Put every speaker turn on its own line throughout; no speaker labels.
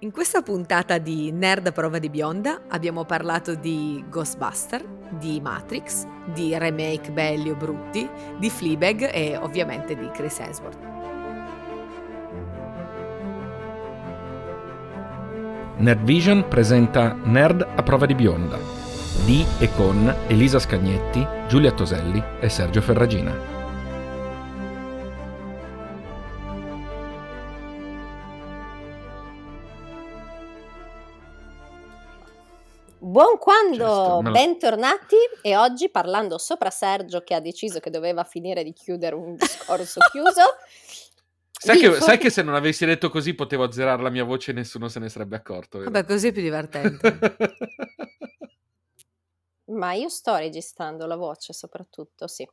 In questa puntata di Nerd a prova di bionda abbiamo parlato di Ghostbuster, di Matrix, di remake belli o brutti, di Fleabag e ovviamente di Chris Hemsworth.
Nerdvision presenta Nerd a prova di bionda di e con Elisa Scagnetti, Giulia Toselli e Sergio Ferragina.
Buon quando,
Certo, me lo-
bentornati e oggi parlando sopra Sergio che ha deciso che doveva finire di chiudere un discorso chiuso.
Sai
vi
che,
for-
sai che se non avessi detto così potevo azzerare la mia voce e nessuno se ne sarebbe accorto. vero?
Vabbè, così è più divertente.
Ma io sto registrando la voce soprattutto, sì.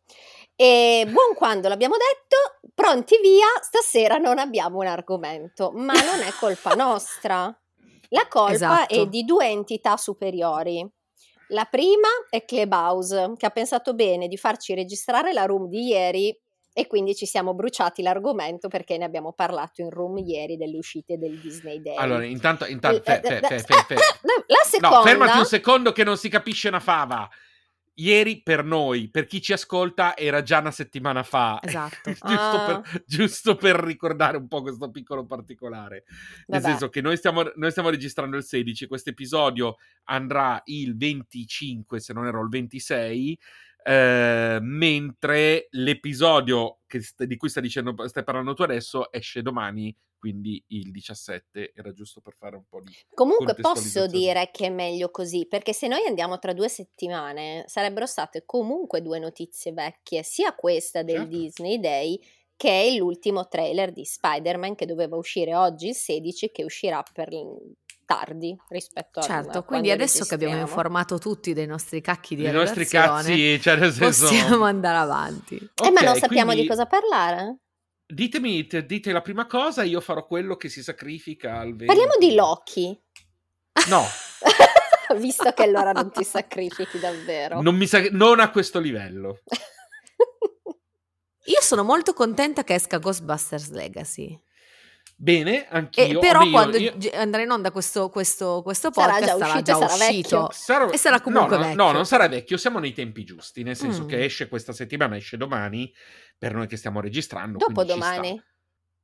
E buon quando, l'abbiamo detto, pronti via, stasera non abbiamo un argomento, ma non è colpa nostra. La colpa
Esatto.
è di due entità superiori. La prima è Clubhouse, che ha pensato bene di farci registrare la room di ieri e quindi ci siamo bruciati l'argomento perché ne abbiamo parlato in room ieri delle uscite del Disney Day.
Allora, intanto... intanto fe-
Eh,
fe-
eh,
fe-
eh,
fe- fe-
La seconda...
No, fermati un secondo che non si capisce una fava. Ieri per noi, per chi ci ascolta, era già una settimana fa.
Esatto.
giusto,
Ah.
per, giusto per ricordare un po' questo piccolo particolare. Nel
Vabbè.
senso che noi stiamo, noi stiamo registrando il 16, questo episodio andrà il 25, se non ero il 26, eh, mentre l'episodio che st- di cui stai, dicendo, stai parlando tu adesso esce domani, quindi il 17, era giusto per fare un po' di...
Comunque posso
Contestualizzazione.
dire che è meglio così, perché se noi andiamo tra due settimane sarebbero state comunque due notizie vecchie, sia questa del
Certo.
Disney Day che l'ultimo trailer di Spider-Man che doveva uscire oggi il 16 che uscirà per tardi rispetto a
Certo,
a
quindi
quando
adesso che abbiamo
registriamo.
informato tutti dei nostri cacchi di
I nostri
redazione,
cazzi, cioè nel senso...
possiamo andare avanti.
Eh ma
Ok,
non sappiamo
quindi
di cosa parlare?
Ditemi, te- dite la prima cosa, io farò quello che si sacrifica al 20.
Parliamo di Loki,
No,
visto che allora non ti sacrifichi davvero.
non, mi sa- non a questo livello.
Io sono molto contenta che esca Ghostbusters Legacy.
Eh,
Bene,
E
anch'io.
però
vabbè, io-
quando
io-
gi- andrà in onda questo, questo, questo
Sarà
podcast
già
sarà
uscito,
già
sarà
uscito.
sarà-
e sarà comunque
no, no,
vecchio.
No, non sarà vecchio, siamo nei tempi giusti, nel senso
Mm.
che esce questa settimana, esce domani, per noi che stiamo registrando. quindi ci
Dopodomani?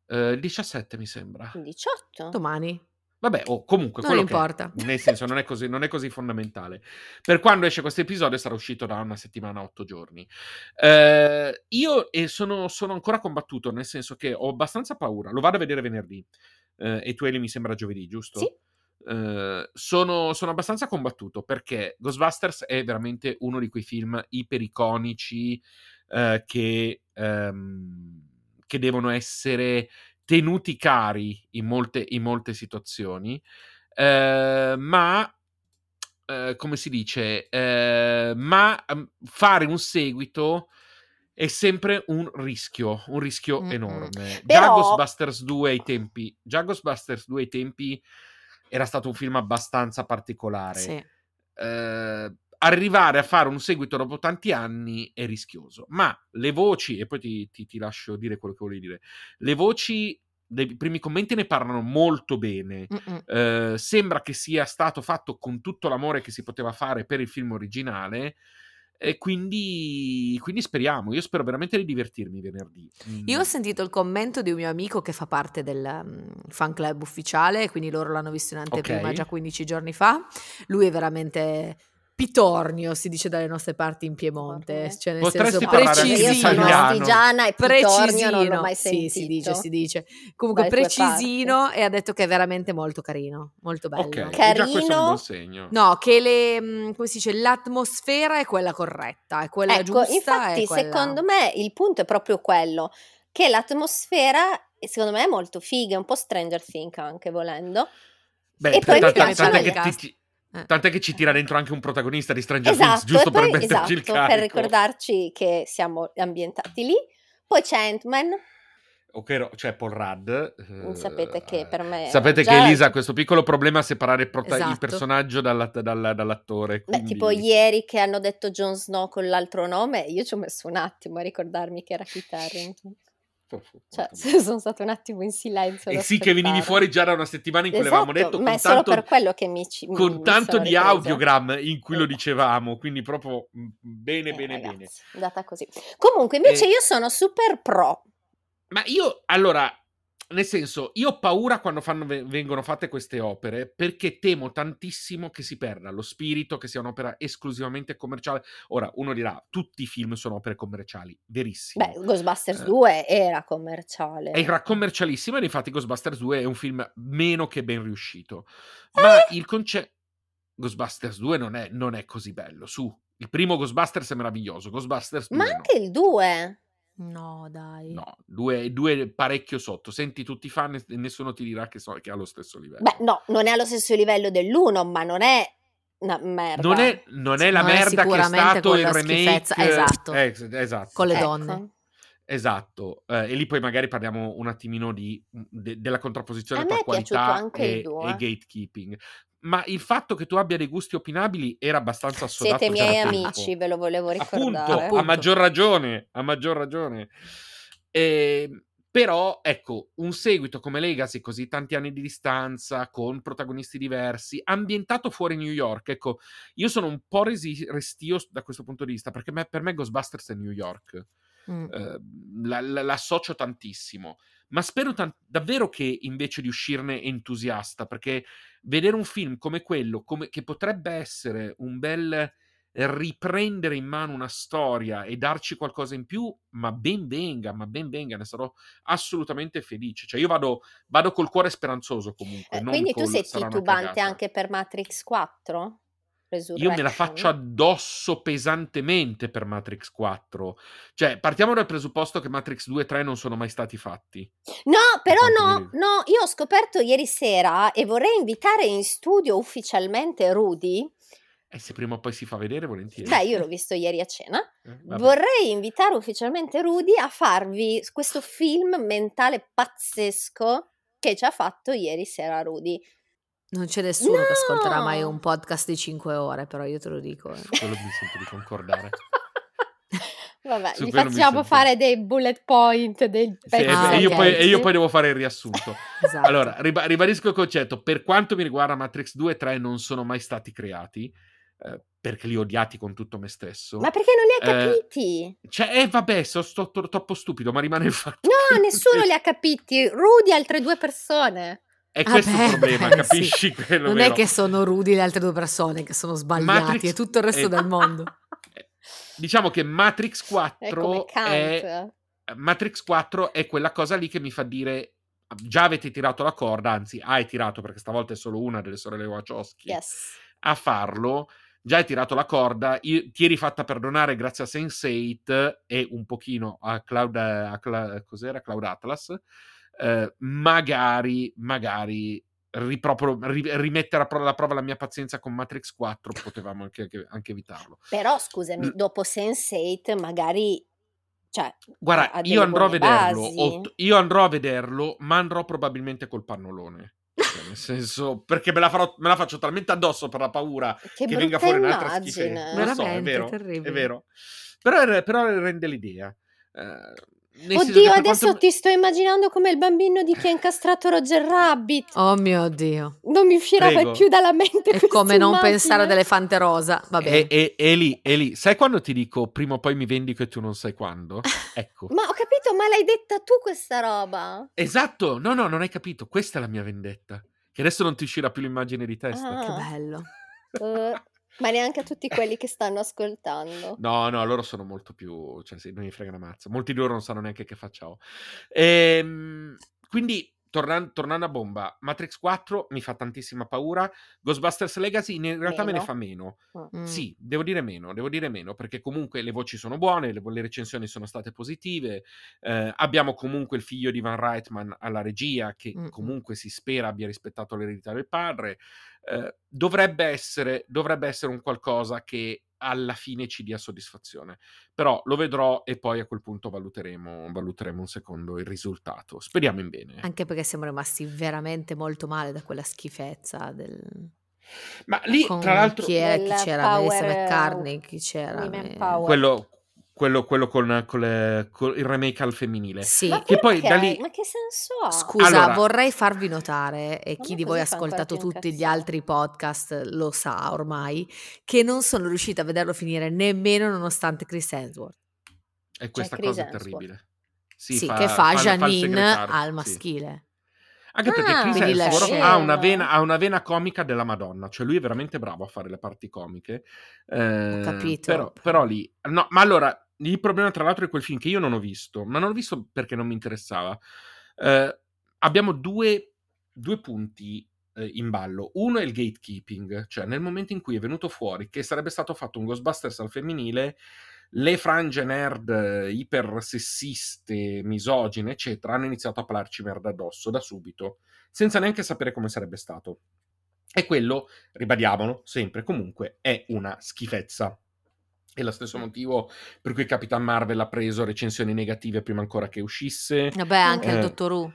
sta. Eh, il 17 mi sembra.
18?
Domani.
Vabbè, o comunque...
Non
quello che è.
importa.
Nel senso, non è, così, non è così fondamentale. Per quando esce questo episodio sarà uscito da una settimana a otto giorni. Eh, io eh, sono, sono ancora combattuto, nel senso che ho abbastanza paura. Lo vado a vedere venerdì. Eh, e tu Eli mi sembra giovedì, giusto?
Sì.
Eh, sono, sono abbastanza combattuto perché Ghostbusters è veramente uno di quei film ipericonici eh, che, ehm, che devono essere tenuti cari in molte, in molte situazioni, eh, ma eh, come si dice, eh, ma ehm, fare un seguito è sempre un rischio, un rischio
Mm-mm.
enorme. Già
Però-
Ghostbusters 2 ai tempi, già Ghostbusters 2 ai tempi era stato un film abbastanza particolare.
Sì.
Eh, arrivare a fare un seguito dopo tanti anni è rischioso, ma le voci, e poi ti, ti- ti lascio dire quello che volevi dire, le voci, dei primi commenti ne parlano molto bene.
Mm-mm.
Eh, sembra che sia stato fatto con tutto l'amore che si poteva fare per il film originale. E quindi, quindi speriamo. Io spero veramente di divertirmi venerdì. Mm.
Io ho sentito il commento di un mio amico che fa parte del mm, fan club ufficiale, quindi loro l'hanno visto in anteprima
Ok.
già 15 giorni fa. Lui è veramente pitornio, si dice dalle nostre parti in Piemonte,
Pitornio.
cioè nel
Potresti
senso
parlare anche
Io
Precisino.
sono
italiano.
artigiana e pitornio non l'ho
precisino,
mai
sì,
sentito. Ecco,
si dice, si dice. Comunque
Dalle tue
precisino e ha detto che è veramente molto carino, molto bello.
Ok, e già
Carino.
questo è un buon segno.
No, che le, mh, come si dice, l'atmosfera è quella corretta, è quella
Ecco,
giusta.
infatti,
è quella-
secondo me il punto è proprio quello, che l'atmosfera secondo me è molto figa, è un po' Stranger Things anche volendo.
Beh,
E poi
tant-
mi piace
tant'è
anche
che
il
ti-
cast. Eh.
tant'è che ci tira dentro anche un protagonista di Stranger Things,
Esatto,
giusto
e poi-
per metterci il
esatto,
carico.
per ricordarci che siamo ambientati lì. Poi c'è Ant-Man,
Ok, cioè Paul Rudd. eh,
Mm, sapete che per me...
Sapete
già-
che Elisa ha questo piccolo problema a separare il, prota- il
Esatto.
personaggio dalla- dalla- dall'attore.
Beh,
quindi-
tipo ieri che hanno detto Jon Snow con l'altro nome, io ci ho messo un attimo a ricordarmi che era Kit Harington. Cioè, sono stato un attimo in silenzio. ad
E sì che venivi
aspettare.
fuori già da una settimana in cui
Esatto,
l'avevamo detto
ma
con
è solo
tanto,
per quello che mi ci, mi-
con
mi
tanto
sono
di
ripresa.
audiogram in cui lo
Eh.
dicevamo, quindi proprio mh, bene,
Eh,
bene,
ragazzi,
bene.
Data così. Comunque, invece,
Eh.
io sono super pro.
Ma io, allora, nel senso, io ho paura quando fanno- ve- vengono fatte queste opere perché temo tantissimo che si perda lo spirito, che sia un'opera esclusivamente commerciale. Ora, uno dirà, tutti i film sono opere commerciali, verissimo.
Beh, eh. Ghostbusters
Eh.
2 era commerciale.
Era commercialissima ed infatti Ghostbusters 2 è un film meno che ben riuscito.
Eh.
Ma il concetto... Ghostbusters 2 non è, non è così bello, su. Il primo Ghostbusters è meraviglioso, Ghostbusters 2
ma
no.
anche il 2.
No, dai.
No, due, due parecchio sotto. Senti tutti i fan e nessuno ti dirà che, so, che è allo stesso livello.
Beh, no, non è allo stesso livello dell'1, ma non è una merda.
non è, non è la
No, è
merda che è
sicuramente
stato
con
il
la
remake.
schifezza, esatto.
eh, es- esatto.
Con le
Ecco.
donne.
Esatto. Eh, e lì poi magari parliamo un attimino di, mm, de- della
A
contrapposizione
me
tra
è piaciuto
qualità
anche il
e,
duo,
e
eh.
gatekeeping. Ma il fatto che tu abbia dei gusti opinabili era abbastanza assodato
Siete
già da
miei
tempo.
amici, ve lo volevo ricordare.
Appunto, a maggior ragione, a maggior ragione. Ehm, però, ecco, un seguito come Legacy, così tanti anni di distanza, con protagonisti diversi, ambientato fuori New York, ecco, io sono un po' resi- restio s- da questo punto di vista, perché me- per me Ghostbusters è New York,
Mm.
Eh, la- la- l'associo tantissimo, ma spero tan- davvero che invece di uscirne entusiasta, perché vedere un film come quello, come- che potrebbe essere un bel riprendere in mano una storia e darci qualcosa in più, ma ben venga, ma ben venga, ne sarò assolutamente felice. Cioè io vado, vado col cuore speranzoso comunque,
Eh,
non
Quindi tu
col
sei
sarà una
titubante
cagata.
anche per Matrix 4? Esatto,
Io me la faccio
Resurrection?
addosso pesantemente per Matrix 4. Cioè, partiamo dal presupposto che Matrix 2 e 3 non sono mai stati fatti.
No, però
quanto mi
no,
riguarda.
no, io ho scoperto ieri sera e vorrei invitare in studio ufficialmente Rudy.
E se prima o poi si fa vedere, volentieri.
Beh, io l'ho visto ieri a cena.
Eh, vabbè.
Vorrei invitare ufficialmente Rudy a farvi questo film mentale pazzesco che ci ha fatto ieri sera Rudy.
Non c'è nessuno
No!
che ascolterà mai un podcast di 5 ore, però io te lo dico. eh.
Su quello mi sento di concordare.
Vabbè,
Su
gli
quello mi
facciamo
sento-
fare dei bullet point, dei
Sì, e-
Ah,
e, io
ok.
poi, e io
pezzi.
poi devo fare il riassunto.
Esatto.
Allora, riba- ribadisco il concetto. Per quanto mi riguarda, Matrix 2 e 3 non sono mai stati creati, eh, perché li ho odiati con tutto me stesso.
Ma perché non li hai
Eh,
capiti?
Cioè, eh, vabbè, so- sto, tro- troppo stupido, ma rimane il fatto.
No,
che-
nessuno li ha capiti. Rudy e altre due persone.
È questo
Vabbè,
il problema,
beh,
capisci? Quello
non
vero.
è che sono rudi le altre due persone che sono sbagliati
Matrix-
e tutto il resto
eh.
del mondo.
Diciamo che Matrix
È
4
Eh, come Kant.
è... Matrix 4 è quella cosa lì che mi fa dire già avete tirato la corda, anzi hai tirato perché stavolta è solo una delle sorelle Wachowski
Yes.
a farlo, già hai tirato la corda, io- ti eri fatta perdonare grazie a Sense8 e un pochino a Cloud, a Cla- cos'era? Cloud Atlas, eh, magari, magari ripropro- ri- rimettere a pro- alla prova la mia pazienza con Matrix 4 potevamo anche- anche- anche evitarlo.
Però scusami, dopo Sense8 magari... Cioè,
Guarda,
ha delle
io andrò a
buone
vederlo,
basi.
o- io andrò a vederlo, ma andrò probabilmente col pannolone. Cioè, nel senso, perché me la, farò- me la faccio talmente addosso per la paura
che,
che
brutta
venga fuori un'altra schifezza.
immagine.
Non lo so, è
Veramente,
vero,
terribile.
è vero. Però, però rende l'idea. Eh, nel senso che
Oddio,
per
adesso
quanto-
ti sto immaginando come il bambino di chi ha incastrato Roger Rabbit.
Oh mio Dio.
Non mi uscirà
Prego.
mai più dalla mente
È
questa
come non
immagine.
pensare ad Elefante Rosa. Va bene.
E, e- e lì, e lì, sai quando ti dico prima o poi mi vendico e tu non sai quando? Ecco.
Ma ho capito, ma l'hai detta tu questa roba?
Esatto, no, no, non hai capito. Questa è la mia vendetta. Che adesso non ti uscirà più l'immagine di testa.
Che
Ah.
bello.
Eh, ma neanche a tutti quelli che stanno ascoltando.
No, no, loro sono molto più. cioè, sì, non mi frega una mazza. Molti di loro non sanno neanche che facciamo. Ehm, quindi, tornan- tornando a bomba, Matrix 4 mi fa tantissima paura. Ghostbusters Legacy in realtà me ne
Meno.
fa meno.
Mm.
Sì, devo dire meno, devo dire meno, perché comunque le voci sono buone, le, le recensioni sono state positive. eh, abbiamo comunque il figlio di Van Reitman alla regia, che
Mm.
comunque si spera abbia rispettato l'eredità del padre. Eh, dovrebbe, essere, dovrebbe essere un qualcosa che alla fine ci dia soddisfazione. Però lo vedrò e poi a quel punto valuteremo, valuteremo un secondo il risultato. Speriamo in bene.
Anche perché siamo rimasti veramente molto male da quella schifezza del...
Ma lì,
con
tra l'altro,
chi, è- chi
Del
c'era? Melissa
power,
McCartney, chi c'era?
Women
Eh,
power.
quello, quello, quello con, con le- con il remake al femminile.
Sì.
Ma
Che poi da
perché?
lì-
Ma che senso ha?
Scusa,
Allora-
vorrei farvi notare, e
Ma
chi
non
di voi ha
così fanno
ascoltato
farti
tutti gli
incazzare.
altri podcast lo sa ormai, che non sono riuscita a vederlo finire nemmeno nonostante Chris Hemsworth,
E questa
Chris
cosa è
Hemsworth.
terribile. Sì,
sì, che fa,
il- il
Janine
segretario,
al
sì.
maschile.
Anche perché
Ah,
Chris
quindi la
Hemsworth
scena.
ha una, vena, ha una vena comica della Madonna, cioè lui è veramente bravo a fare le parti comiche. Eh,
Ho capito.
Però, però lì... No, ma allora, il problema tra l'altro di quel film che io non ho visto, ma non l'ho visto perché non mi interessava. Eh, abbiamo due, due punti eh, in ballo. Uno è il gatekeeping, cioè nel momento in cui è venuto fuori che sarebbe stato fatto un Ghostbusters al femminile, le frange nerd eh, ipersessiste, misogine, eccetera, hanno iniziato a parlarci merda addosso da subito, senza neanche sapere come sarebbe stato. E quello, ribadiamolo, sempre e comunque, è una schifezza. È lo stesso motivo per cui Capitan Marvel ha preso recensioni negative prima ancora che uscisse.
Vabbè, anche il
Eh,
dottor U.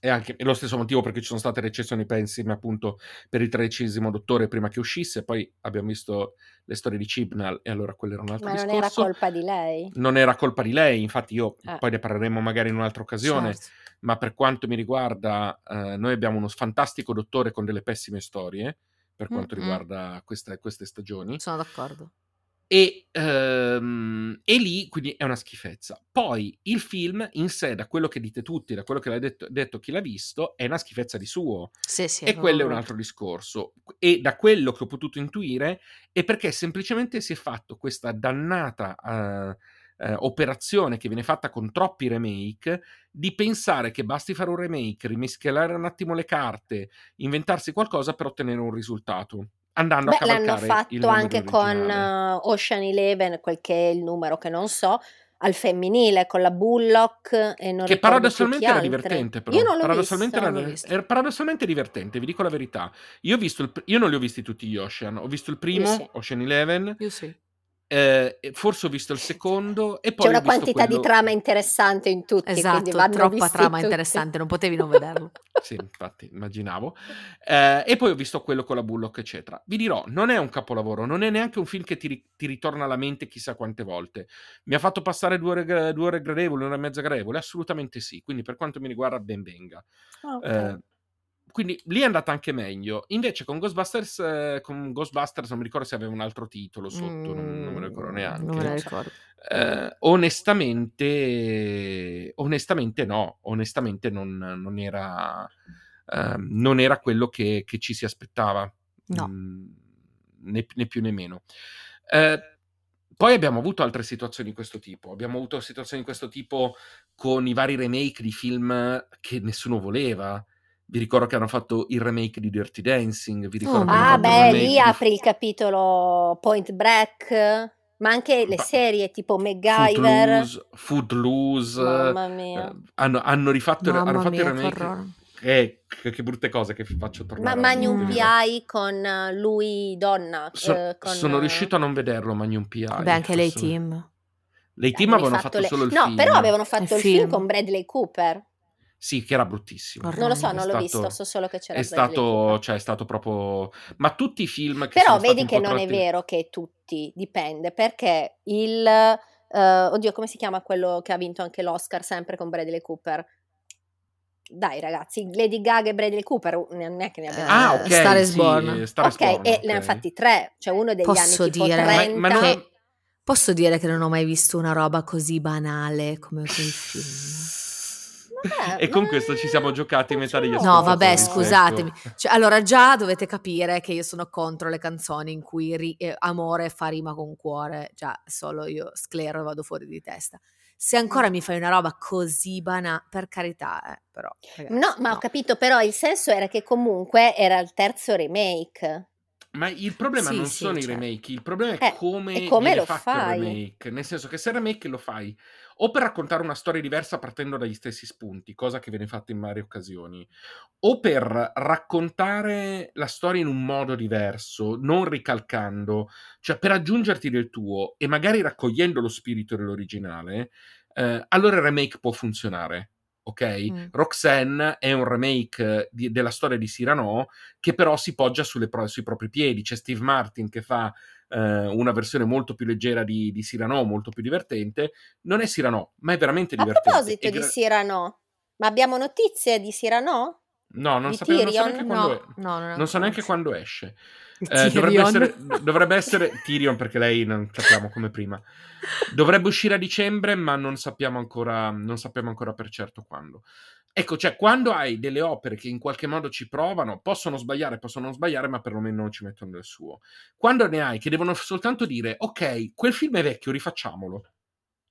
E anche è lo stesso motivo perché ci sono state recensioni pessime appunto per il tredicesimo dottore prima che uscisse, poi abbiamo visto le storie di Chibnall e allora quello era un altro
Ma non
discorso.
era colpa di lei?
Non era colpa di lei, infatti io
Eh.
poi ne parleremo magari in un'altra occasione,
Certo.
ma per quanto mi riguarda eh, noi abbiamo uno fantastico dottore con delle pessime storie per quanto
Mm-mm.
riguarda queste, queste stagioni
Sono d'accordo.
e, ehm, e lì quindi è una schifezza. Poi il film in sé, da quello che dite tutti, da quello che l'ha detto, detto chi l'ha visto, è una schifezza di suo.
Sì, sì,
e
non
quello è
ho
un
dubbi.
altro discorso. E da quello che ho potuto intuire è perché semplicemente si è fatto questa dannata eh, eh, operazione che viene fatta con troppi remake di pensare che basti fare un remake, rimischiare un attimo le carte, inventarsi qualcosa per ottenere un risultato. Andando a
Beh, l'hanno
cavalcare il
fatto
numero
anche con
originale.
eh, Ocean Eleven, quel che è il numero che non so, al femminile, con la Bullock e non
che
ricordo più
paradossalmente
chi
era
altre.
divertente però
Io non l'ho
paradossalmente
visto.
era-
non l'ho visto.
era paradossalmente divertente vi dico la verità io, ho visto il pr- io non li ho visti tutti gli Ocean ho visto il primo
Io sì.
Ocean Eleven
Io sì.
eh, e forse ho visto il secondo e poi
Cioè, C'è una
ho visto
quantità
quello-
di trama interessante in tutti, quindi
Esatto,
vanno
troppa
visti
trama
tutti.
interessante, non potevi non vederlo.
sì infatti immaginavo Eh, e poi ho visto quello con la Bullock eccetera vi dirò non è un capolavoro non è neanche un film che ti, ri- ti ritorna alla mente chissà quante volte mi ha fatto passare due ore, gra- due ore gradevoli una e mezza gradevole assolutamente sì quindi per quanto mi riguarda ben venga
Ah, ok.
Eh, quindi lì è andata anche meglio. Invece con Ghostbusters, eh, con Ghostbusters non mi ricordo se aveva un altro titolo sotto, non, non me lo ricordo
Mm,
neanche.
Non me lo ricordo.
Eh, onestamente, onestamente no, onestamente non, non era, ehm, non era quello che, che ci si aspettava,
No.
Mm, né, né più né meno. Eh, poi abbiamo avuto altre situazioni di questo tipo, abbiamo avuto situazioni di questo tipo con i vari remake di film che nessuno voleva. Vi ricordo che hanno fatto il remake di Dirty Dancing, vi ricordo
Oh,
che hanno fatto
Ah,
il
beh,
remake
lì
di-
apri il capitolo Point Break, ma anche le
Ba-
serie tipo MacGyver.
Footloose, Footloose,
Mamma
eh,
mia.
hanno, hanno rifatto hanno
Ehm, Mamma
fatto
mia,
il
che
remake.
orrore.
Eh, che, che brutte cose che faccio
Ma
tornare. a-
Magnum
Mm.
PI con eh, lui donna.
So-
eh, con,
eh, sono
eh,
riuscito a non vederlo, Magnum PI.
Beh, anche lei
Assolut-
team.
Le team
hanno
avevano
rifatto
fatto
le-
solo il
no,
film.
però avevano fatto il,
Il
film.
film.
con Bradley Cooper.
Sì, che era bruttissimo.
Orrendo.
Non lo so, non
È
l'ho
stato-
visto, so solo che c'era
È
Bradley
stato,
Cooper.
cioè, è stato proprio. Ma tutti i film che
Però
sono
vedi
stati
che
un po'
non è
tratti-
vero che tutti, dipende, perché il... eh, oddio, come si chiama quello che ha vinto anche l'Oscar sempre con Bradley Cooper? Dai ragazzi, Lady Gaga e Bradley Cooper, ne- neanche ne abbiamo
Ah,
Eh,
ok.
Star is
sì,
Born.
Star is
ok,
Born,
e ne
ok.
hanno fatti tre, cioè uno degli
Posso
anni tipo
dire- Ma-
30.
ma non-
Che- Posso dire che non ho mai visto una roba così banale come quel film.
Vabbè,
e con
ma-
questo ci siamo giocati metà degli
No,
No,
ascoltatori.
vabbè,
ecco.
scusatemi. Cioè, allora, già dovete capire che io sono contro le canzoni in cui ri- eh, amore fa rima con cuore. Già, solo io sclero e vado fuori di testa. Se
Mm.
ancora mi fai una roba così banale, per carità, eh, però. ragazzi,
No, ma ho capito, però il senso era che comunque era il terzo remake.
Ma il problema
Sì,
non
sì,
sono i
certo.
remake, il problema è
Eh,
come,
e come
viene
lo
fatto
fai?
il remake. Nel senso che se il remake lo fai o per raccontare una storia diversa partendo dagli stessi spunti, cosa che viene fatta in varie occasioni, o per raccontare la storia in un modo diverso, non ricalcando, cioè per aggiungerti del tuo e magari raccogliendo lo spirito dell'originale, eh, allora il remake può funzionare. Ok?
Mm.
Roxanne è un remake eh, di- della storia di Cyrano che però si poggia sulle pro- sui propri piedi. C'è Steve Martin che fa eh, una versione molto più leggera di, di Cyrano, molto più divertente. Non è Cyrano, ma è veramente
A
divertente.
proposito
È
di
gra-
Cyrano, ma abbiamo notizie di Cyrano?
No, non
di
sapevo non so
Tyrion?
neanche quando
No,
è-
no, no,
Non so neanche quando esce.
Il
Eh, dovrebbe,
Tyrion.
essere, dovrebbe essere Tyrion perché lei non sappiamo come prima. Dovrebbe uscire a dicembre, ma non sappiamo ancora, non sappiamo ancora per certo quando. Ecco, cioè, quando hai delle opere che in qualche modo ci provano, possono sbagliare, possono non sbagliare, ma perlomeno ci mettono del suo. Quando ne hai che devono soltanto dire, ok, quel film è vecchio, rifacciamolo.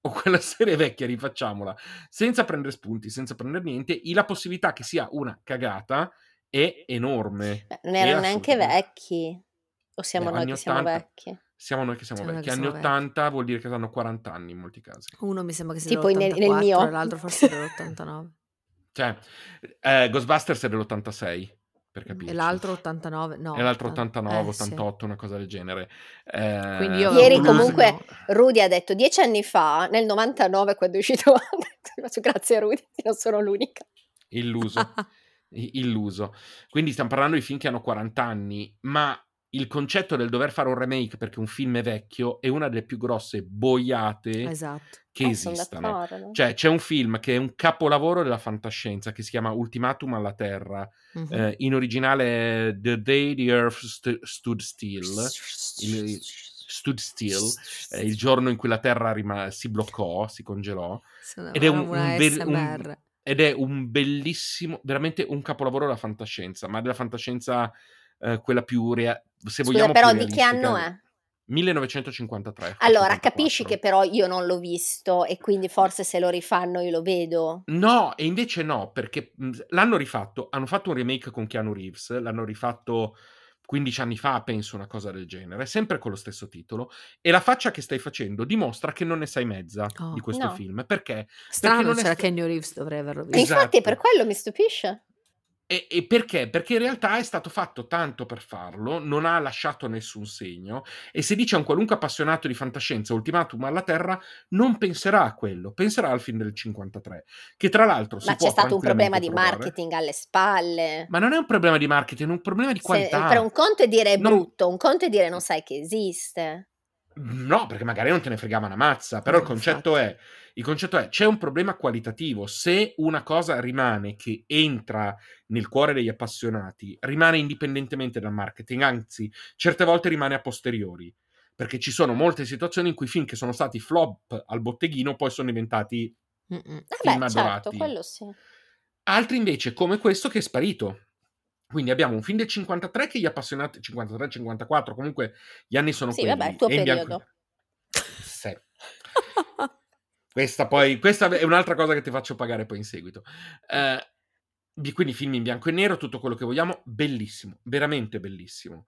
O quella serie è vecchia, rifacciamola. Senza prendere spunti, senza prendere niente, la possibilità che sia una cagata è enorme.
Beh, non erano
Eh,
neanche
assolutamente.
vecchi. O siamo
Eh,
noi
anni
che siamo
80.
vecchi?
Siamo noi che siamo
Siamo noi
vecchi.
che
Anni
siamo vecchi.
80 vuol dire che hanno 40 anni in molti casi.
Uno mi sembra che sia
Tipo in- nel
dell'84,
mio.
l'altro forse dell'89.
Cioè, eh, Ghostbusters è dell'86, per capirci.
Mm, E l'altro 89, no.
E l'altro
80
89,
eh, sì.
88, una cosa del genere. Eh,
Quindi io
Ieri
avevo un
comunque-
asino.
Rudy ha detto dieci anni fa, nel 99, quando è uscito. ha detto, Grazie, Rudy, non sono l'unica.
Illuso. I- illuso. Quindi stiamo parlando di film che hanno 40 anni, ma il concetto del dover fare un remake perché un film è vecchio è una delle più grosse boiate
Esatto.
che
Eh, sono
esistano.
d'accordo.
Cioè, c'è un film che è un capolavoro della fantascienza che si chiama Ultimatum alla Terra.
Mhm.
Eh, in originale è The Day the Earth St- Stood Still. il- Stood Still, eh, il giorno in cui la Terra rima- si bloccò, si congelò.
Sono
ed è un-
una
un ver- un-
SMR.
Ed è un bellissimo, veramente un capolavoro della fantascienza, ma della fantascienza eh, quella più rea- se
Scusa,
vogliamo
però
più
di che anno
realistica.
è?
1953.
Allora,
54.
capisci che però io non l'ho visto e quindi forse se lo rifanno io lo vedo.
No, e invece no, perché mh, l'hanno rifatto, hanno fatto un remake con Keanu Reeves, l'hanno rifatto 15 anni fa, penso una cosa del genere, sempre con lo stesso titolo, e la faccia che stai facendo dimostra che non ne sai mezza
Oh.
di questo
No.
film, perché?
Strano,
non è
c'era
sta-
Kenny Reeves, dovrei averlo visto.
Esatto.
Infatti, per quello mi stupisce.
E, e perché? Perché in realtà è stato fatto tanto per farlo, non ha lasciato nessun segno, e se dice a un qualunque appassionato di fantascienza Ultimatum alla Terra, non penserà a quello, penserà al film del 53, che tra l'altro si
Ma
può
c'è stato un problema
tranquillamente
di
trovare.
marketing alle spalle.
Ma non è un problema di marketing, è un problema di
Se-
qualità.
per un conto è dire è
Non-
brutto, un conto è dire non sai che esiste.
Mm, No, perché magari non te ne fregava una mazza, però
No,
il,
Esatto.
concetto
infatti.
è, il concetto è c'è un problema qualitativo. Se una cosa rimane che entra nel cuore degli appassionati, rimane indipendentemente dal marketing, anzi, certe volte rimane a posteriori. Perché ci sono molte situazioni in cui film che sono stati flop al botteghino poi sono diventati
Mm-mm.
Vabbè,
Film
certo,
adorati.
quello sì.
altri invece come questo che è sparito. Quindi abbiamo un film del 53 che gli appassionati 53 54, comunque gli anni sono
Sì,
quelli.
vabbè, il tuo
è in bianco e
periodo.
nero. Sì. Questa poi questa è un'altra cosa che ti faccio pagare poi in seguito. Eh, di- quindi film in bianco e nero, tutto quello che vogliamo, bellissimo, veramente bellissimo.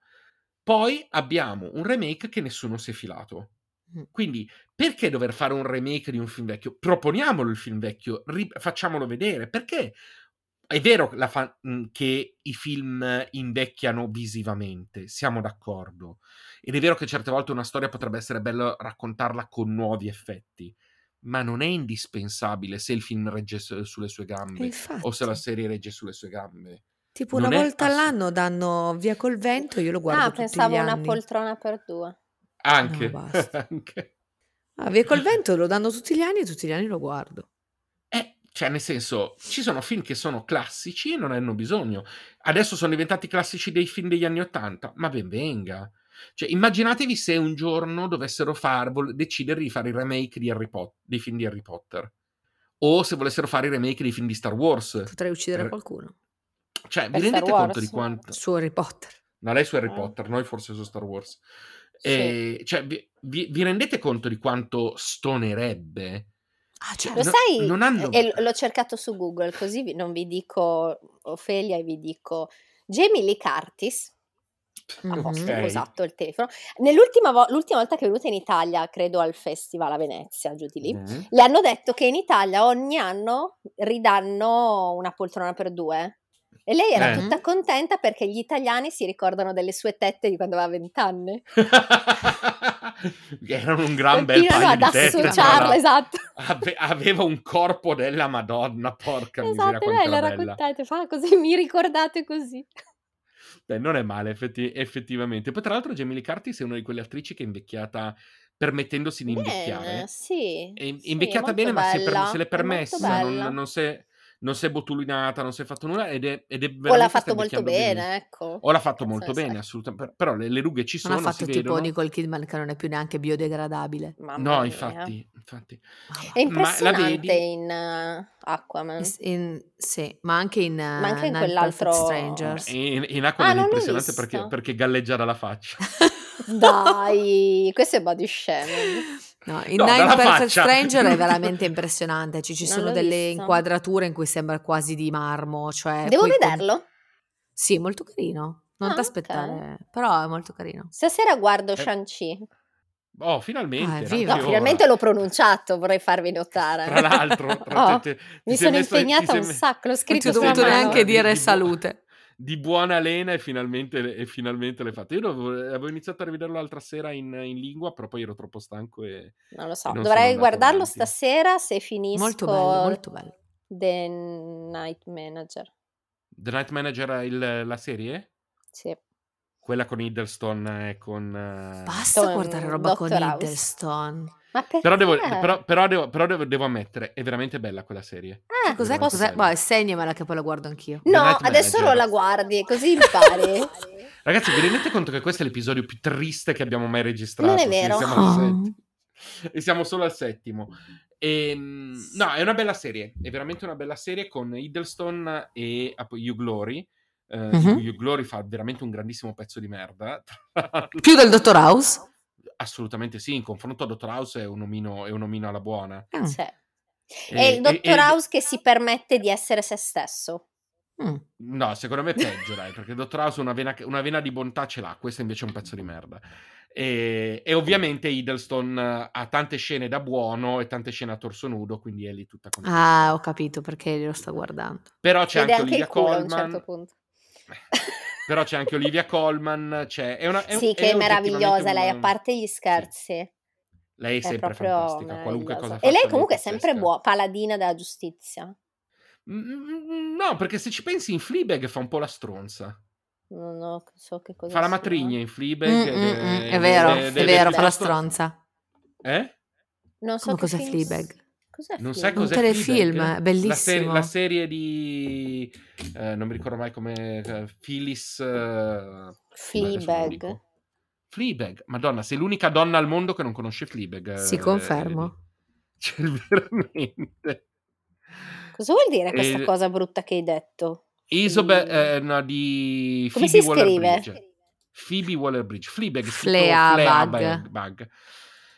Poi abbiamo un remake che nessuno si è filato.
Mm.
Quindi perché dover fare un remake di un film vecchio? Proponiamolo il film vecchio, ri- facciamolo vedere, perché è vero la fa- mh, che i film invecchiano visivamente, siamo d'accordo. Ed è vero che certe volte una storia potrebbe essere bello raccontarla con nuovi effetti, ma non è indispensabile se il film regge su- sulle sue
E
gambe
infatti,
o se la serie regge sulle sue gambe.
tipo
non
una
è
volta
assolut-
all'anno danno via col vento, io lo guardo
ah,
tutti
pensavo
gli
una
anni.
poltrona per due.
Anche,
No, basta.
anche.
Ah, via col vento lo danno tutti gli anni e tutti gli anni lo guardo.
Eh, cioè, nel senso, ci sono film che sono classici e non hanno bisogno. Adesso sono diventati classici dei film degli anni Ottanta, ma ben venga. Cioè, immaginatevi se un giorno dovessero far, vol- decidere di fare il remake di Harry Pot- dei film di Harry Potter. O se volessero fare il remake dei film di Star Wars.
Potrei uccidere
Per-
qualcuno.
Cioè, vi
Per Star
rendete conto
Wars?
di quanto...
Su Harry Potter.
No, lei su Harry
Ah.
Potter, noi forse su Star Wars.
Sì.
E, cioè, vi, vi- vi rendete conto di quanto stonerebbe?
Ah,
Cioè,
certo.
Lo
no-
sai?
non hanno-
e l- l'ho cercato su Google, così vi- non vi dico Ofelia e vi dico Jamie Lee Curtis.
Mm,
a posto,
Mhm. Ok.
ho usato il telefono. Nell'ultima vo- l'ultima volta che è venuta in Italia, credo al Festival a Venezia, giù di lì,
Mm.
le hanno detto che in Italia ogni anno ridanno una poltrona per due. E lei era
Eh.
tutta contenta perché gli italiani si ricordano delle sue tette di quando aveva vent'anni.
Erano Ah, un gran bel
Continuano
paio
ad
di tette. tra
associarla,
l'altro.
esatto.
Ave- aveva un corpo della Madonna, porca miseria,
Esatto,
quanto
lei
era
l'ha
bella.
raccontata, fa così, mi ricordate così.
Beh, non è male, effetti- effettivamente. Poi, tra l'altro, Jamie Lee Curtis è una di quelle attrici che è invecchiata permettendosi di invecchiare.
Bene, Eh, sì.
È in-
sì, è
invecchiata
molto
bene, ma si è per-
bella,
se l'è
molto
permessa, non,
bella.
non si è, non si è botulinata, non si è fatto nulla ed è, ed è
O l'ha
veramente sta
fatto molto
invecchiando Oh,
bene, ecco.
O l'ha fatto
Cazzo
molto
ne sai.
bene, assolutamente. Però le, le rughe ci
Non
sono,
ha
si
fatto tipo
vedono.
Nicole Kidman che non è più neanche biodegradabile.
Mamma
No,
mia.
infatti, infatti.
È
Ma la vedi?
impressionante in eh, Aquaman.
In- sì, ma anche in, uh,
Ma anche in quell'altro-
Strangers.
In, in Aquaman
Ah,
è
non l'ho
impressionante
vista.
perché, perché galleggia dalla faccia.
Dai, questo è body shaming.
No, in
No,
Nine
dalla
Perfect
faccia.
Stranger è veramente impressionante. Ci, ci
Non
sono
l'ho
delle
vista.
inquadrature in cui sembra quasi di marmo. Cioè
Eh,
Devo
poi con-
vederlo.
Sì, molto carino. Non
Ah,
t'aspettare, però è molto carino.
Stasera
Eh,
guardo Shang-Chi.
Oh, finalmente.
Ah,
era
viva.
anche
No,
No,
ora.
finalmente l'ho pronunciato, vorrei farvi notare.
Tra l'altro, tra-
Oh,
te- te- ti sei
mi sono
messo- ti
impegnata
sei
un
me-
sacco, l'ho
Non
scritto
ti ho
sei
dovuto
messo-
sulla mano.
neanche
di-
dire
di bu-
salute.
di buona lena e finalmente, e finalmente l'hai fatta. Io dovevo- avevo iniziato a rivederlo l'altra sera in, in lingua, però poi ero troppo stanco e...
Non lo so,
non sono
dovrei
andato
guardarlo
avanti.
stasera se finisco
Molto bello, molto bello.
The Night Manager.
The Night Manager, è il- la serie?
Sì.
Quella con Hiddleston e con... eh,
Basta
Tom-
guardare roba con
Dr. House.
Hiddleston.
Ma perché?
Però, devo, però, però devo, però devo- devo ammettere, è veramente bella quella serie.
Eh,
Cos'è?
Veramente
cos'è?
bello.
Boh, segnamela che poi la guardo anch'io.
The
No,
Night
adesso non
Manager.
la guardi, così impari.
Ragazzi, vi rendete conto che questo è l'episodio più triste che abbiamo mai registrato?
Non è
Sì,
vero.
siamo, al
Oh.
settimo. E siamo solo al settimo. Ehm, no, è una bella serie, è veramente una bella serie con Hiddleston e ah, poi Hugh Glory. eh, di
Mhm.
cui Hugh Glory fa veramente un grandissimo pezzo di merda. tra l'altro.
Più del Dottor House?
Assolutamente sì, in confronto a Dottor House è un omino, è un omino alla buona.
Mm,
Cioè, È
E-
il
e-
dottor
e-
House che si permette di essere se stesso.
mm.
No, secondo me è peggio, dai, perché Dottor House una vena, una vena di bontà ce l'ha, questo invece è un pezzo di merda. E, e ovviamente Hiddleston eh, ha tante scene da buono e tante scene a torso nudo, quindi è lì tutta contenta.
Ah, ho capito perché lo sto guardando.
Però c'è
Vede
anche
anche
Olivia
il culo a un
Colman,
certo punto.
però c'è anche Olivia Colman, c'è è una, è un-
sì, che è meravigliosa
oggettivamente
lei, a
una-
parte gli scherzi.
Lei è
È
sempre
proprio
fantastica, qualunque cosa
meravigliosa.
faccia,
E lei comunque è
pazzesca.
sempre buona, paladina della giustizia.
Mm, No, perché se ci pensi in Fleabag fa un po' la stronza.
Non ho- so che cosa
Fa la
sia.
matrigna in Fleabag. eh,
Mm, mm,
ed
mm,
ed
È vero,
ed
è
ed
vero, fa la
piuttosto-
stronza.
Eh?
Non so
Come
che
cos'è
film-
Fleabag?
Cos'è
Non sai
Un
cos'è
Fleabag?
telefilm,
Fleabag? La serie,
bellissimo.
la serie di... eh, non mi ricordo mai come... eh, Phyllis... eh, no, adesso non lo
Fleabag.
dico. Fleabag. Madonna, sei l'unica donna al mondo che non conosce Fleabag.
Sì,
eh,
confermo.
Eleni. Cioè, veramente.
Cosa vuol dire questa
Eh,
cosa brutta che hai detto?
Isobel...
Fleabag.
eh, no, di...
Come
Phoebe
si
Waller-Bridge.
scrive?
Phoebe Waller-Bridge. Fleabag. scritto
Fleabag.
Fleabag.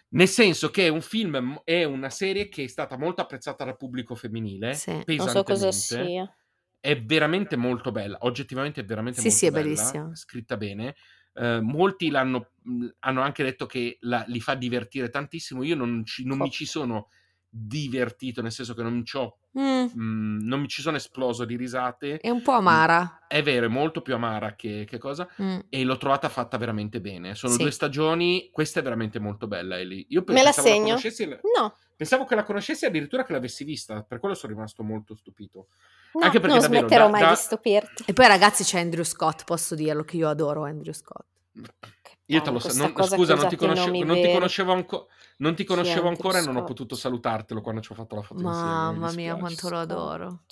Nel senso che è un film, è una serie che è stata molto apprezzata dal pubblico femminile.
Sì.
Pesantemente.
Non so cosa sia.
è veramente molto bella. Oggettivamente è veramente
Sì,
molto
sì, è
bella.
bellissima.
Scritta bene. Eh, molti l'hanno, mh, hanno anche detto che la- li fa divertire tantissimo. Io non, ci- non mi
Cop-
ci sono divertito, nel senso che non, ci ho,
Mm,
mh, non mi ci sono esploso di risate.
È un po' amara.
È vero, è molto più amara che, che cosa.
Mm.
E l'ho trovata fatta veramente bene. Sono
Sì.
due stagioni, questa è veramente molto bella. Eli. Io pe-
Me la
pensavo la
segno.
conoscessi e-
No,
Pensavo che la conoscessi e addirittura che l'avessi vista, per quello sono rimasto molto stupito.
no,
Anche perché
non
davvero,
smetterò
da-
mai
da-
di stupirti.
E poi ragazzi c'è Andrew Scott, posso dirlo che io adoro Andrew Scott.
Che
Io te lo so,
palle, Ah, questa
non-
cosa
scusa,
che
non ti,
usate i
conosce-
nomi
non ti
veri.
conoscevo, anco- non ti conoscevo
Chi è
ancora e non ho
Andrew
potuto
Scott?
salutartelo quando ci ho fatto la foto insieme. mi
Mamma mia,
dispiace.
quanto lo adoro.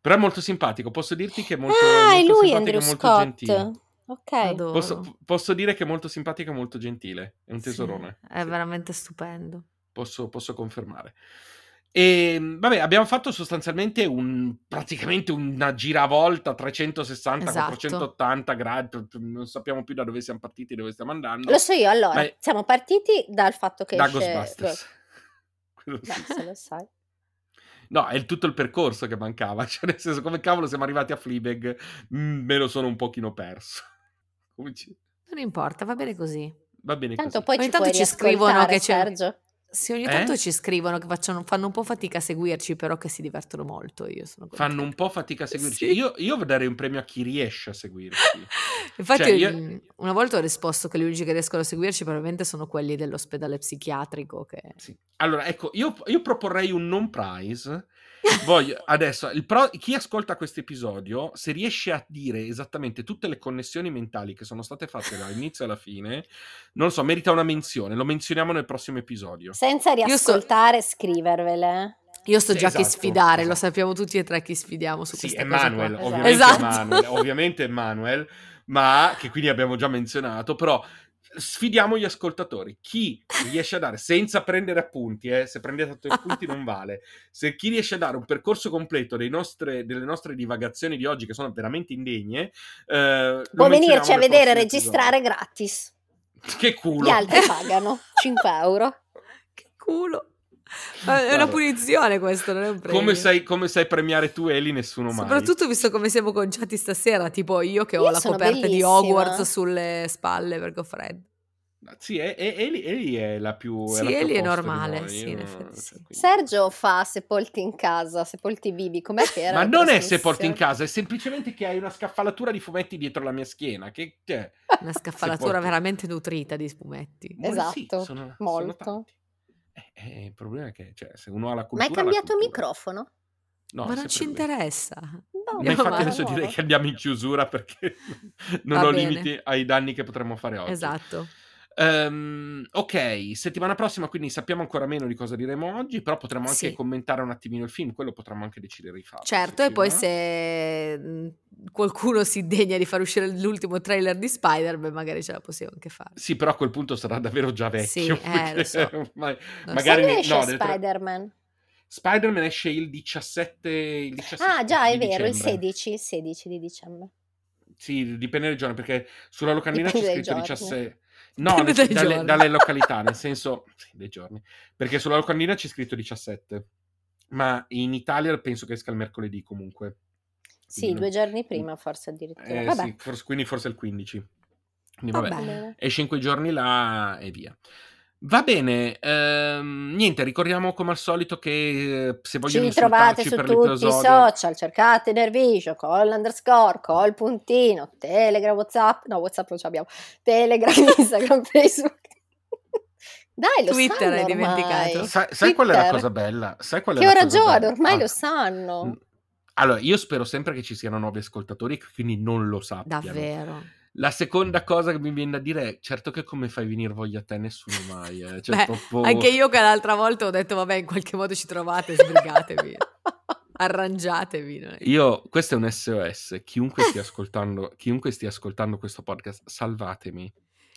Però è molto simpatico, posso dirti che è molto,
ah,
molto
è lui
simpatico
Andrew
e molto
Scott.
gentile.
Ok.
Adoro.
Posso, posso dire che è molto simpatico e molto gentile, è un
Sì,
tesorone.
è
Sì.
veramente stupendo.
posso, posso confermare. E vabbè, abbiamo fatto sostanzialmente un, praticamente una giravolta 360,
Esatto.
480 gradi, non sappiamo più da dove siamo partiti, dove stiamo andando.
Lo so io, allora,
Ma è-
siamo partiti dal fatto che
da
esce-
Ghostbusters. Quello
Beh,
sì.
se lo sai.
No, è il- tutto il percorso che mancava, cioè nel senso come cavolo siamo arrivati a Fleabag, Mm, me lo sono un pochino perso. Come ci-
Non importa, va bene così.
Va bene
Tanto
così.
poi
Ogni
ci
tanto
puoi
ci scrivono che
riascoltare,
c'è-
Sergio.
Sì, ogni
Eh?
tanto ci scrivono che facciano- fanno un po' fatica a seguirci, però che si divertono molto. Io sono
Fanno un
contenta.
po' fatica a seguirci.
Sì.
Io, io darei un premio a chi riesce a seguirci.
Infatti,
Cioè, io-
mm, una volta ho risposto che gli unici che riescono a seguirci probabilmente sono quelli dell'ospedale psichiatrico. Che...
Sì. Allora, ecco, io, io proporrei un non prize Voglio, adesso, il pro- chi ascolta questo episodio, se riesce a dire esattamente tutte le connessioni mentali che sono state fatte dall'inizio alla fine, non lo so, merita una menzione. Lo menzioniamo nel prossimo episodio.
Senza
Io sto-
riascoltare, scrivervele. eh.
Io sto
Sì,
già che
esatto,
sfidare, lo
esatto.
sappiamo tutti e tre chi sfidiamo su
Sì,
questa cosa. qua.
Emanuel,
qua.
ovviamente
Esatto.
Emanuel, ovviamente Emanuel, ma che quindi abbiamo già menzionato, però sfidiamo gli ascoltatori. Chi riesce a dare senza prendere appunti, eh, se prendete tutti i appunti non vale. Se chi riesce a dare un percorso completo dei nostre- delle nostre divagazioni di oggi che sono veramente indegne, eh, lo
Può venirci
menzioniamo
a
nel
vedere e
prossimo
registrare gratis.
episodio. Che culo.
Gli altri pagano 5 euro.
Che culo. Ma Eh, È una
Guarda.
punizione questo, non è un premio.
Come sai, come sai premiare tu Eli, nessuno mai.
Soprattutto visto come siamo conciati stasera, tipo io che ho
Io
la
sono
coperta di
bellissima.
Hogwarts sulle spalle perché ho freddo.
Sì, è- è- Eli, Eli è la più...
Sì,
la più diciamo,
Eli è
opposta di
normale,
noi,
sì,
io
in
non-
effetti sì.
quindi-
Sergio fa sepolti in casa, sepolti vivi, com'è che era?
Ma
la
non è se
trasmissione?
porti in casa, è semplicemente che hai una scaffalatura di fumetti dietro la mia schiena. Che, cioè,
Una scaffalatura
porti-
veramente nutrita di spumetti.
mo- sì, sono-
Esatto,
sono
molto.
tanti. Eh, eh, il problema è che cioè, se uno ha la
Ma
cultura...
hai cambiato
il
microfono? Boh,
Ma non ci interessa.
No,
Ma infatti
Andiamo
adesso
avanti.
direi che andiamo in chiusura perché non
Va
ho
bene.
limiti ai danni che potremmo fare oggi.
Esatto.
Ehm, ok, settimana prossima quindi sappiamo ancora meno di cosa diremo oggi, però potremmo anche
Sì.
commentare un attimino il film, quello potremmo anche decidere di fare.
Certo, e poi se mh, qualcuno si degna di far uscire l'ultimo trailer di Spider-Man, magari ce la possiamo anche fare.
Sì, però a quel punto sarà davvero già vecchio.
Sì, eh, lo so.
perché ormai-
Non
magari
Quando
ne-
esce
no, del tra-
Spider-Man?
Spider-Man esce il 17, il 17
Ah già, è
di
vero, il
dicembre.
16, 16 di dicembre.
Sì, dipende dal giorno, perché sulla locandina c'è
Dipende dai
scritto
giorni.
17. No,
Dipende
nel-
dai
dalle,
giorni.
dalle località, nel senso sì, dei giorni, perché sulla locandina c'è scritto 17, ma in Italia penso che esca il mercoledì comunque.
Sì,
Quindi
due
non-
giorni prima forse addirittura.
eh,
Vabbè.
sì, forse- quindi forse il 15. Quindi vabbè,
Vabbè.
Bene.
esce in quei giorni là e via. Va bene, ehm, niente, ricordiamo come al solito che eh, se vogliono
Ci trovate
insultarci
su
per
tutti i
l'episodio...
social, cercate Nervision col l'underscore, col puntino, Telegram, Whatsapp, no Whatsapp non ce l'abbiamo, Telegram, Instagram, Facebook. Dai, lo
Twitter,
sanno
hai
ormai.
dimenticato.
Sai, sai qual è la
Twitter.
cosa bella? Sai qual è
Che
la
ho
cosa
ragione,
bella?
ormai
Ah,
lo sanno.
Allora, io spero sempre che ci siano nuovi ascoltatori che quindi non lo sappiano.
Davvero.
La seconda cosa che mi viene da dire è certo che come fai venire voglia a te nessuno mai. eh. Cioè,
Beh,
proprio-
Anche io che l'altra volta ho detto, vabbè, in qualche modo ci trovate, sbrigatevi,
Ah,
arrangiatevi. no?
Io- questo è un SOS. Chiunque stia ascoltando, chiunque stia ascoltando questo podcast, salvatemi.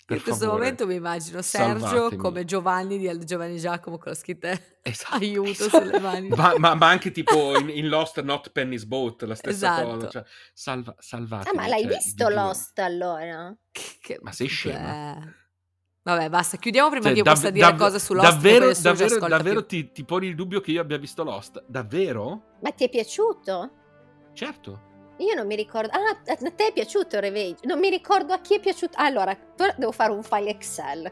Per
In questo
favore.
momento mi immagino Sergio
salvatemi.
come Giovanni di Giovanni Giacomo con la scritta
Esatto,
aiuto
esatto.
sulle mani.
Ma, ma- ma anche tipo in, in Lost Not Penny's Boat, la stessa
Esatto.
cosa. Cioè, salva,
Ah,
salvatemi.
ma l'hai
cioè, vi
visto
giuro.
Lost allora?
Che- che-
Ma sei scema?
Beh. Vabbè, basta, chiudiamo prima
Cioè,
che io
dav-
possa dire
dav-
cose su Lost.
davvero,
che poi nessuno ci
davvero,
ascolta
davvero
più.
ti, ti poni il dubbio che io abbia visto Lost? Davvero?
Ma ti è piaciuto?
Certo.
Io non mi ricordo. Ah, a te è piaciuto Revenge? Non mi ricordo a chi è piaciuto. Allora, to- devo fare un file Excel.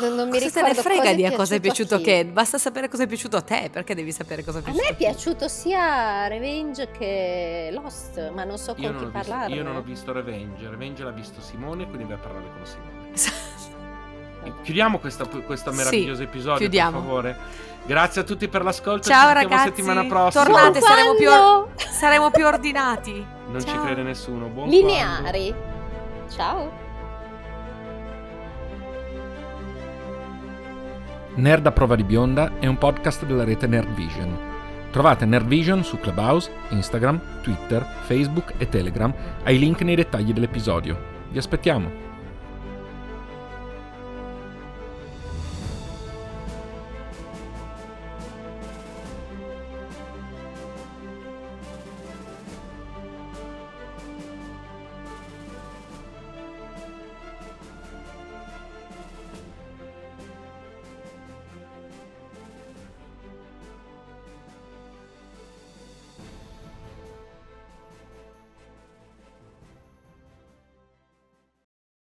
Non, non mi
Cosa te
ricordo
ne frega di a cosa è
a
piaciuto
chi.
che? Basta sapere cosa è piaciuto a te, perché devi sapere cosa è
A
piaciuto.
me è
chi.
piaciuto sia Revenge che Lost, ma non so
Io
con
non,
chi
ho visto,
parlare.
io non ho visto Revenge. Revenge l'ha visto Simone, quindi vai a parlare con Simone. E Chiudiamo questa- questo
Sì,
meraviglioso episodio,
chiudiamo.
per favore. Grazie a tutti per l'ascolto.
Ciao
ci sentiamo
ragazzi,
settimana prossima.
tornate, saremo più,
Quando?
saremo più ordinati.
Non ci
Ciao.
crede nessuno. Buon quando.
Lineari. Ciao.
Nerd a prova di bionda è un podcast della rete Nerd Vision. Trovate Nerd Vision su Clubhouse, Instagram, Twitter, Facebook e Telegram ai link nei dettagli dell'episodio. Vi aspettiamo!